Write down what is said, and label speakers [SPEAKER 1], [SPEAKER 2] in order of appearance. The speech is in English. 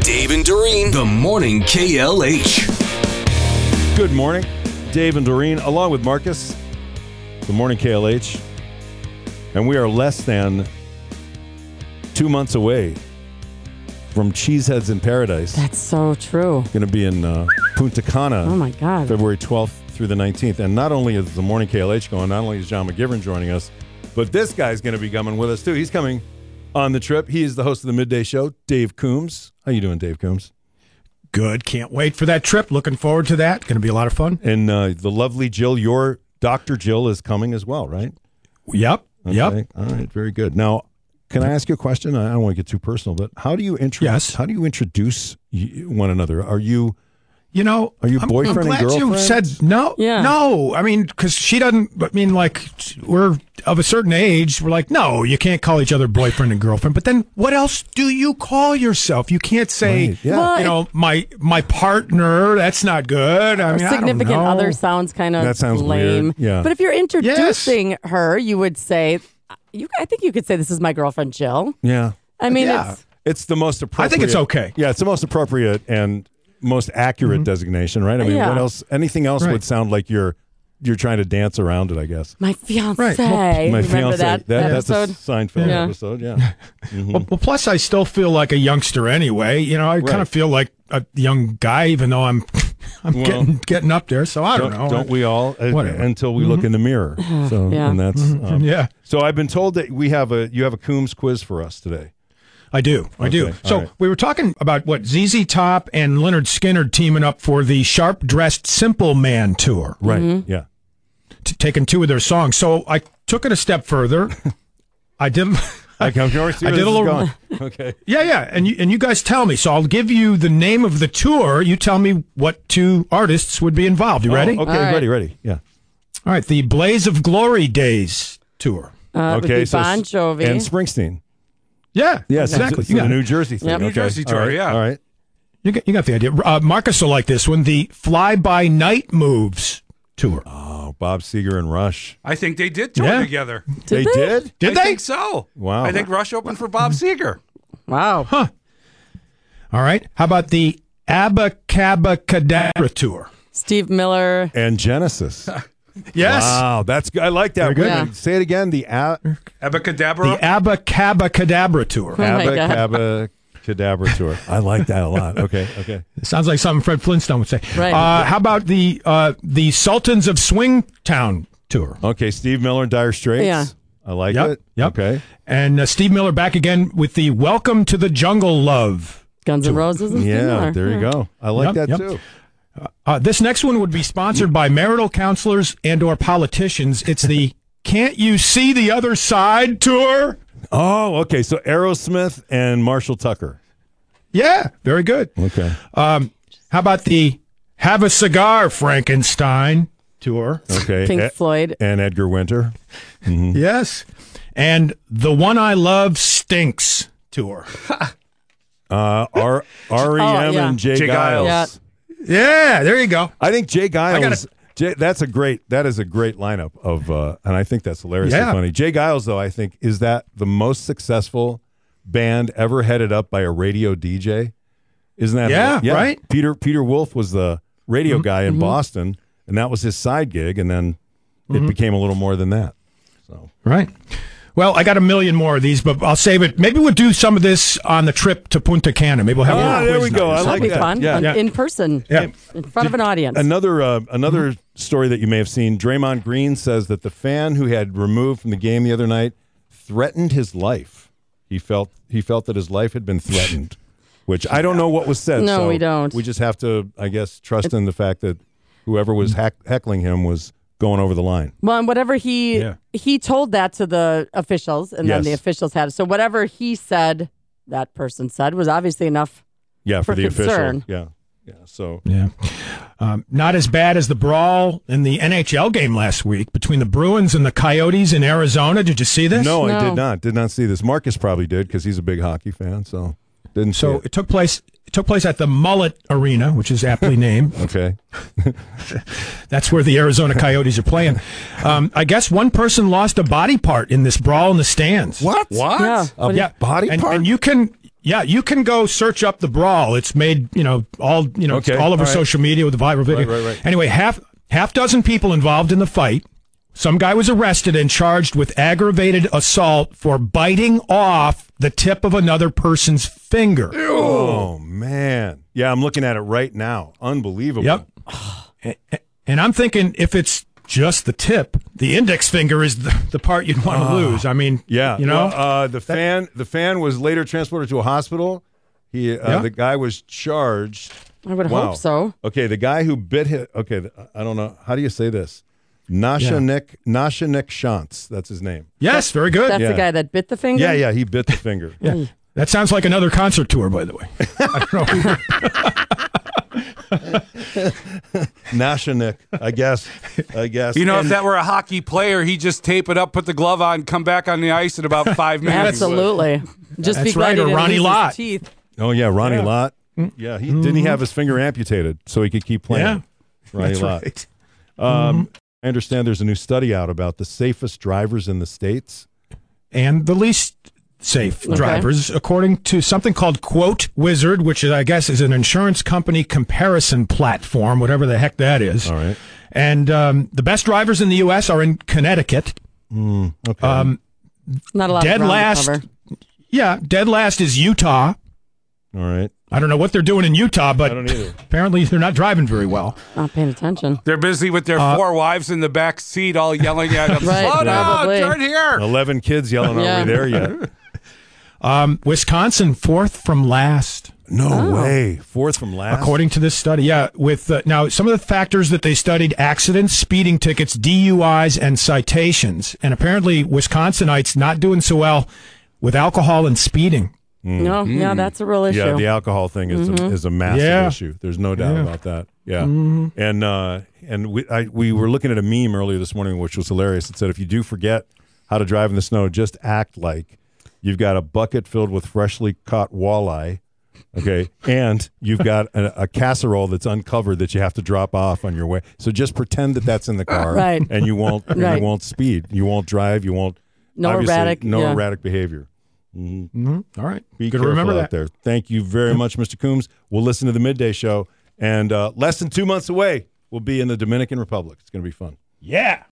[SPEAKER 1] Dave and Doreen.
[SPEAKER 2] The Morning KLH.
[SPEAKER 3] Good morning, Dave and Doreen, along with Marcus. Good morning, KLH. And we are less than two months away from Cheeseheads in Paradise.
[SPEAKER 4] That's so true.
[SPEAKER 3] Going to be in uh, Punta Cana.
[SPEAKER 4] Oh my God.
[SPEAKER 3] February 12th through the 19th. And not only is the morning KLH going, not only is John McGivern joining us, but this guy's going to be coming with us too. He's coming on the trip. He is the host of the midday show, Dave Coombs. How you doing, Dave Coombs?
[SPEAKER 5] Good. Can't wait for that trip. Looking forward to that. Going to be a lot of fun.
[SPEAKER 3] And uh, the lovely Jill, your Dr. Jill is coming as well, right?
[SPEAKER 5] Yep. Yep.
[SPEAKER 3] Okay. All right. Very good. Now, can I ask you a question? I I don't want to get too personal, but how do you introduce?
[SPEAKER 5] Yes.
[SPEAKER 3] How do you introduce y- one another? Are you?
[SPEAKER 5] You know,
[SPEAKER 3] Are you
[SPEAKER 5] I'm,
[SPEAKER 3] boyfriend
[SPEAKER 5] I'm
[SPEAKER 3] and
[SPEAKER 5] glad you
[SPEAKER 3] girlfriend?
[SPEAKER 5] said no.
[SPEAKER 4] Yeah.
[SPEAKER 5] No. I mean, because she doesn't. I mean, like we're of a certain age. We're like, no, you can't call each other boyfriend and girlfriend. But then, what else do you call yourself? You can't say,
[SPEAKER 3] Right, yeah.
[SPEAKER 4] Well,
[SPEAKER 5] you know, my my partner. That's not good. I mean, I don't
[SPEAKER 4] Significant
[SPEAKER 5] know.
[SPEAKER 4] other sounds kind of
[SPEAKER 3] That sounds
[SPEAKER 4] lame.
[SPEAKER 3] weird. Yeah.
[SPEAKER 4] But if you're introducing her, you would say, you, I think you could say, this is my girlfriend, Jill.
[SPEAKER 3] Yeah.
[SPEAKER 4] I mean,
[SPEAKER 5] Yeah.
[SPEAKER 4] it's,
[SPEAKER 3] It's the most appropriate.
[SPEAKER 5] I think it's okay. Mm-hmm.
[SPEAKER 3] Yeah, it's the most appropriate and most accurate designation, right? I mean,
[SPEAKER 4] Yeah.
[SPEAKER 3] what else? Anything else
[SPEAKER 5] Right.
[SPEAKER 3] would sound like you're you're trying to dance around it, I guess.
[SPEAKER 4] my fiance.
[SPEAKER 5] Right. Well,
[SPEAKER 4] Remember
[SPEAKER 3] fiancée-
[SPEAKER 4] that,
[SPEAKER 3] that's
[SPEAKER 4] episode?
[SPEAKER 3] a Seinfeld
[SPEAKER 4] Yeah.
[SPEAKER 3] episode. Yeah.
[SPEAKER 5] Mm-hmm. Well, well, plus I still feel like a youngster anyway. You know, I kind
[SPEAKER 3] Right.
[SPEAKER 5] of feel like a young guy, even though I'm I'm
[SPEAKER 3] Well,
[SPEAKER 5] getting getting up there. So I don't, know.
[SPEAKER 3] Don't we all? uh,
[SPEAKER 5] Whatever. Mm-hmm.
[SPEAKER 3] Until we look in the mirror. So
[SPEAKER 4] Yeah.
[SPEAKER 3] and that's um,
[SPEAKER 5] Yeah,
[SPEAKER 3] So I've been told that we have a you have a Coombs quiz for us today.
[SPEAKER 5] I do. I do.
[SPEAKER 3] Okay, all
[SPEAKER 5] So
[SPEAKER 3] right.
[SPEAKER 5] we were talking about what ZZ Top and Leonard Skinner teaming up for the Sharp Dressed Simple Man tour,
[SPEAKER 3] Right.
[SPEAKER 4] Mm-hmm.
[SPEAKER 3] Yeah.
[SPEAKER 5] t- taking two of their songs. So I took it a step further. I did.
[SPEAKER 3] Like, I'm sure see
[SPEAKER 5] I
[SPEAKER 3] where
[SPEAKER 5] did a
[SPEAKER 3] this is
[SPEAKER 5] little-
[SPEAKER 3] going. Okay.
[SPEAKER 5] Yeah, yeah, and you, and you guys tell me. So I'll give you the name of the tour. You tell me what two artists would be involved. You ready?
[SPEAKER 3] Oh, okay.
[SPEAKER 4] All right.
[SPEAKER 3] Ready. Ready. Yeah.
[SPEAKER 5] All right, the Blaze of Glory Days tour.
[SPEAKER 4] Uh, it would
[SPEAKER 3] okay.
[SPEAKER 4] be Bon
[SPEAKER 3] so-
[SPEAKER 4] Jovi.
[SPEAKER 3] and Springsteen.
[SPEAKER 5] Yeah,
[SPEAKER 3] Yes,
[SPEAKER 5] exactly.
[SPEAKER 3] So
[SPEAKER 5] yeah.
[SPEAKER 3] the New Jersey thing.
[SPEAKER 4] Yep. New
[SPEAKER 3] okay.
[SPEAKER 6] Jersey
[SPEAKER 3] All
[SPEAKER 6] tour,
[SPEAKER 3] right,
[SPEAKER 6] yeah.
[SPEAKER 3] All right.
[SPEAKER 5] you, got, you got the idea. Uh, Marcus will like this one. The Fly By Night Moves tour.
[SPEAKER 3] Oh, Bob Seger and Rush.
[SPEAKER 6] I think they did tour
[SPEAKER 5] Yeah.
[SPEAKER 6] together.
[SPEAKER 3] they, did.
[SPEAKER 5] Did
[SPEAKER 6] I
[SPEAKER 5] they?
[SPEAKER 6] think so.
[SPEAKER 3] Wow.
[SPEAKER 6] I think Rush opened for Bob Seger.
[SPEAKER 4] wow.
[SPEAKER 5] All right. How about the Abacabacadabra tour?
[SPEAKER 4] Steve Miller.
[SPEAKER 3] And Genesis.
[SPEAKER 5] Yes.
[SPEAKER 3] Wow, that's good. I like that.
[SPEAKER 5] good.
[SPEAKER 3] Wait,
[SPEAKER 4] Yeah.
[SPEAKER 3] Say it again. The a-
[SPEAKER 5] The
[SPEAKER 6] Abacadabra.
[SPEAKER 5] Abacabacadabra tour.
[SPEAKER 4] Oh my God.
[SPEAKER 3] Abacaba Cadabra tour. I like that a lot. Okay. Okay.
[SPEAKER 5] Sounds like something Fred Flintstone would say.
[SPEAKER 4] Right.
[SPEAKER 5] Uh, how about the uh, the Sultans of Swingtown tour?
[SPEAKER 3] Okay. Steve Miller and Dire Straits.
[SPEAKER 4] Yeah.
[SPEAKER 3] I like
[SPEAKER 5] Yep,
[SPEAKER 3] it.
[SPEAKER 5] yep.
[SPEAKER 3] Okay.
[SPEAKER 5] And uh, Steve Miller back again with the Welcome to the Jungle Love.
[SPEAKER 4] Guns N' Roses. And Steve
[SPEAKER 3] Yeah.
[SPEAKER 4] Miller.
[SPEAKER 3] There you go. I like
[SPEAKER 5] Yep,
[SPEAKER 3] that
[SPEAKER 5] yep.
[SPEAKER 3] too.
[SPEAKER 5] Uh, this next one would be sponsored by marital counselors and or politicians. It's the Can't You See the Other Side tour.
[SPEAKER 3] Oh, okay. So Aerosmith and Marshall Tucker.
[SPEAKER 5] Yeah, very good.
[SPEAKER 3] Okay.
[SPEAKER 5] Um, how about the Have a Cigar Frankenstein tour?
[SPEAKER 3] Okay.
[SPEAKER 4] Pink
[SPEAKER 3] E-
[SPEAKER 4] Floyd.
[SPEAKER 3] and Edgar Winter.
[SPEAKER 5] Yes. And the One I Love Stinks tour.
[SPEAKER 3] Uh, R- REM
[SPEAKER 4] Oh, yeah.
[SPEAKER 3] and Jay,
[SPEAKER 6] Jay
[SPEAKER 3] Giles.
[SPEAKER 6] Giles.
[SPEAKER 4] Yeah.
[SPEAKER 5] Yeah, there you go.
[SPEAKER 3] I think Jay Giles.
[SPEAKER 5] gotta-
[SPEAKER 3] Jay, that's a great. That is a great lineup of, uh, and I think that's hilariously
[SPEAKER 5] Yeah.
[SPEAKER 3] funny. Jay Giles, though, I think is that the most successful band ever headed up by a radio DJ. Isn't that
[SPEAKER 5] Yeah, right? Mm-hmm.
[SPEAKER 3] Peter Peter Wolf was the radio guy in Boston, and that was his side gig, and then
[SPEAKER 5] Mm-hmm.
[SPEAKER 3] it became a little more than that.
[SPEAKER 5] Right. Well, I got a million more of these, but I'll save it. Maybe we'll do some of this on the trip to Punta Cana. Maybe we'll have a
[SPEAKER 3] Ah,
[SPEAKER 5] little
[SPEAKER 3] there
[SPEAKER 5] quiz
[SPEAKER 3] we go.
[SPEAKER 5] night or
[SPEAKER 3] I
[SPEAKER 4] That'd
[SPEAKER 3] like
[SPEAKER 4] be
[SPEAKER 3] that.
[SPEAKER 4] fun.
[SPEAKER 3] Yeah.
[SPEAKER 4] on-
[SPEAKER 5] Yeah.
[SPEAKER 4] In person.
[SPEAKER 5] Yeah.
[SPEAKER 4] In front of an audience.
[SPEAKER 3] Another uh, another story that you may have seen. Draymond Green says that the fan who had removed from the game the other night threatened his life. He felt he felt that his life had been threatened, which I don't know what was said.
[SPEAKER 4] No,
[SPEAKER 3] so
[SPEAKER 4] we don't.
[SPEAKER 3] We just have to, I guess, trust in the fact that whoever was hack- heckling him was going over the line.
[SPEAKER 4] Well, and whatever he
[SPEAKER 5] Yeah.
[SPEAKER 4] he told that to the officials, and then
[SPEAKER 3] Yes.
[SPEAKER 4] the officials had so whatever he said, that person said was obviously enough.
[SPEAKER 3] Yeah, for,
[SPEAKER 4] For
[SPEAKER 3] the
[SPEAKER 4] concern.
[SPEAKER 3] official. Yeah, yeah. So
[SPEAKER 5] Yeah. Um, not as bad as the brawl in the NHL game last week between the Bruins and the Coyotes in Arizona. Did you see this?
[SPEAKER 3] no, I
[SPEAKER 4] No.
[SPEAKER 3] did not. Did not see this. Marcus probably did because he's a big hockey fan. So didn't. see
[SPEAKER 5] So
[SPEAKER 3] it.
[SPEAKER 5] it took place. It took place at the Mullet Arena, which is aptly named.
[SPEAKER 3] okay.
[SPEAKER 5] That's where the Arizona Coyotes are playing. Um, I guess one person lost a body part in this brawl in the stands.
[SPEAKER 3] What?
[SPEAKER 6] what?
[SPEAKER 4] Yeah. What do you-
[SPEAKER 5] Yeah,
[SPEAKER 3] body
[SPEAKER 5] and,
[SPEAKER 3] part?
[SPEAKER 5] And you can Yeah, you can go search up the brawl. It's made, you know, all you know,
[SPEAKER 3] Okay,
[SPEAKER 5] all over
[SPEAKER 3] all right.
[SPEAKER 5] social media with the viral video.
[SPEAKER 3] Right, right, right.
[SPEAKER 5] Anyway, half half dozen people involved in the fight. Some guy was arrested and charged with aggravated assault for biting off the tip of another person's finger.
[SPEAKER 3] Oh man, yeah, I'm looking at it right now. Unbelievable.
[SPEAKER 5] Yep. And I'm thinking if it's just the tip, the index finger is the, the part you'd want to lose. I mean,
[SPEAKER 3] Ah. Yeah.
[SPEAKER 5] you know,
[SPEAKER 3] Well, uh, the fan the fan was later transported to a hospital. He uh,
[SPEAKER 5] Yeah.
[SPEAKER 3] the guy was charged.
[SPEAKER 4] I would
[SPEAKER 3] Wow.
[SPEAKER 4] hope so.
[SPEAKER 3] Okay, the guy who bit him. Okay, th- I don't know how do you say this. Nasha
[SPEAKER 5] Yeah.
[SPEAKER 3] Nick Nasha Nick Shantz. That's his name.
[SPEAKER 5] yes, very good.
[SPEAKER 4] That's
[SPEAKER 3] Yeah.
[SPEAKER 4] the guy that bit the finger.
[SPEAKER 3] Yeah, yeah, he bit the finger.
[SPEAKER 5] Yeah. That sounds like another concert tour, by the way. I don't know.
[SPEAKER 3] Nasha Nick, I guess. I guess.
[SPEAKER 6] You know, if
[SPEAKER 3] And-
[SPEAKER 6] that were a hockey player, he'd just tape it up, put the glove on, come back on the ice in about five minutes.
[SPEAKER 4] Absolutely. Just
[SPEAKER 5] That's
[SPEAKER 4] be glad
[SPEAKER 5] right,
[SPEAKER 4] he
[SPEAKER 5] or
[SPEAKER 4] didn't
[SPEAKER 5] Ronnie
[SPEAKER 4] lose his
[SPEAKER 5] Lott.
[SPEAKER 4] teeth.
[SPEAKER 3] Oh yeah, Ronnie Lott. Yeah, he didn't he have his finger amputated so he could keep playing.
[SPEAKER 5] Mm. Yeah.
[SPEAKER 3] Ronnie
[SPEAKER 5] That's
[SPEAKER 3] Lott.
[SPEAKER 5] right.
[SPEAKER 3] Um, I understand there's a new study out about the safest drivers in the states.
[SPEAKER 5] And the least safe drivers, according to something called Quote Wizard, which is, I guess is an insurance company comparison platform, whatever the heck that is.
[SPEAKER 3] All right.
[SPEAKER 5] And um, the best drivers in the U.S. are in Connecticut.
[SPEAKER 3] Hmm. Okay.
[SPEAKER 4] Not a lot.
[SPEAKER 5] Dead
[SPEAKER 4] of ground to
[SPEAKER 5] last.
[SPEAKER 4] cover.
[SPEAKER 5] Yeah, dead last is Utah.
[SPEAKER 3] All right.
[SPEAKER 5] I don't know what they're doing in Utah, but
[SPEAKER 3] don't either.
[SPEAKER 5] apparently they're not driving very well.
[SPEAKER 4] Not paying attention.
[SPEAKER 6] They're busy with their four wives in the back seat, all yelling at them.
[SPEAKER 4] Uh, Right,
[SPEAKER 6] Slow down,
[SPEAKER 4] probably.
[SPEAKER 6] turn here.
[SPEAKER 3] Eleven kids yelling, "Are
[SPEAKER 4] Yeah.
[SPEAKER 3] we there yet?"
[SPEAKER 5] Wisconsin, fourth from last.
[SPEAKER 3] No way. Fourth from last.
[SPEAKER 5] According to this study, yeah, with uh, now some of the factors that they studied accidents, speeding tickets, DUIs, and citations. And apparently, Wisconsinites not doing so well with alcohol and speeding.
[SPEAKER 4] No, yeah, that's a real issue. Mm-hmm.
[SPEAKER 3] yeah, the alcohol thing is a, is a massive
[SPEAKER 5] Yeah.
[SPEAKER 3] issue. There's no doubt
[SPEAKER 5] Yeah. Mm-hmm.
[SPEAKER 3] about that. Yeah, and uh, and we I, we were looking at a meme earlier this morning, which was hilarious. It said, "If you do forget how to drive in the snow, just act like you've got a bucket filled with freshly caught walleye." Okay, and you've got a, a casserole that's uncovered that you have to drop off on your way. So just pretend that that's in the car,
[SPEAKER 4] Right.
[SPEAKER 3] And you won't, and
[SPEAKER 4] Right.
[SPEAKER 3] you won't speed, you won't drive, you won't
[SPEAKER 4] No
[SPEAKER 3] obviously,
[SPEAKER 4] erratic-
[SPEAKER 3] no
[SPEAKER 4] yeah.
[SPEAKER 3] erratic behavior.
[SPEAKER 5] All right,
[SPEAKER 3] Be
[SPEAKER 5] good to
[SPEAKER 3] careful
[SPEAKER 5] remember
[SPEAKER 3] out
[SPEAKER 5] that.
[SPEAKER 3] there. Thank you very much, Mr. Coombs. We'll listen to the midday show, and uh, less than two months away, we'll be in the Dominican Republic. It's going to be fun.
[SPEAKER 5] Yeah.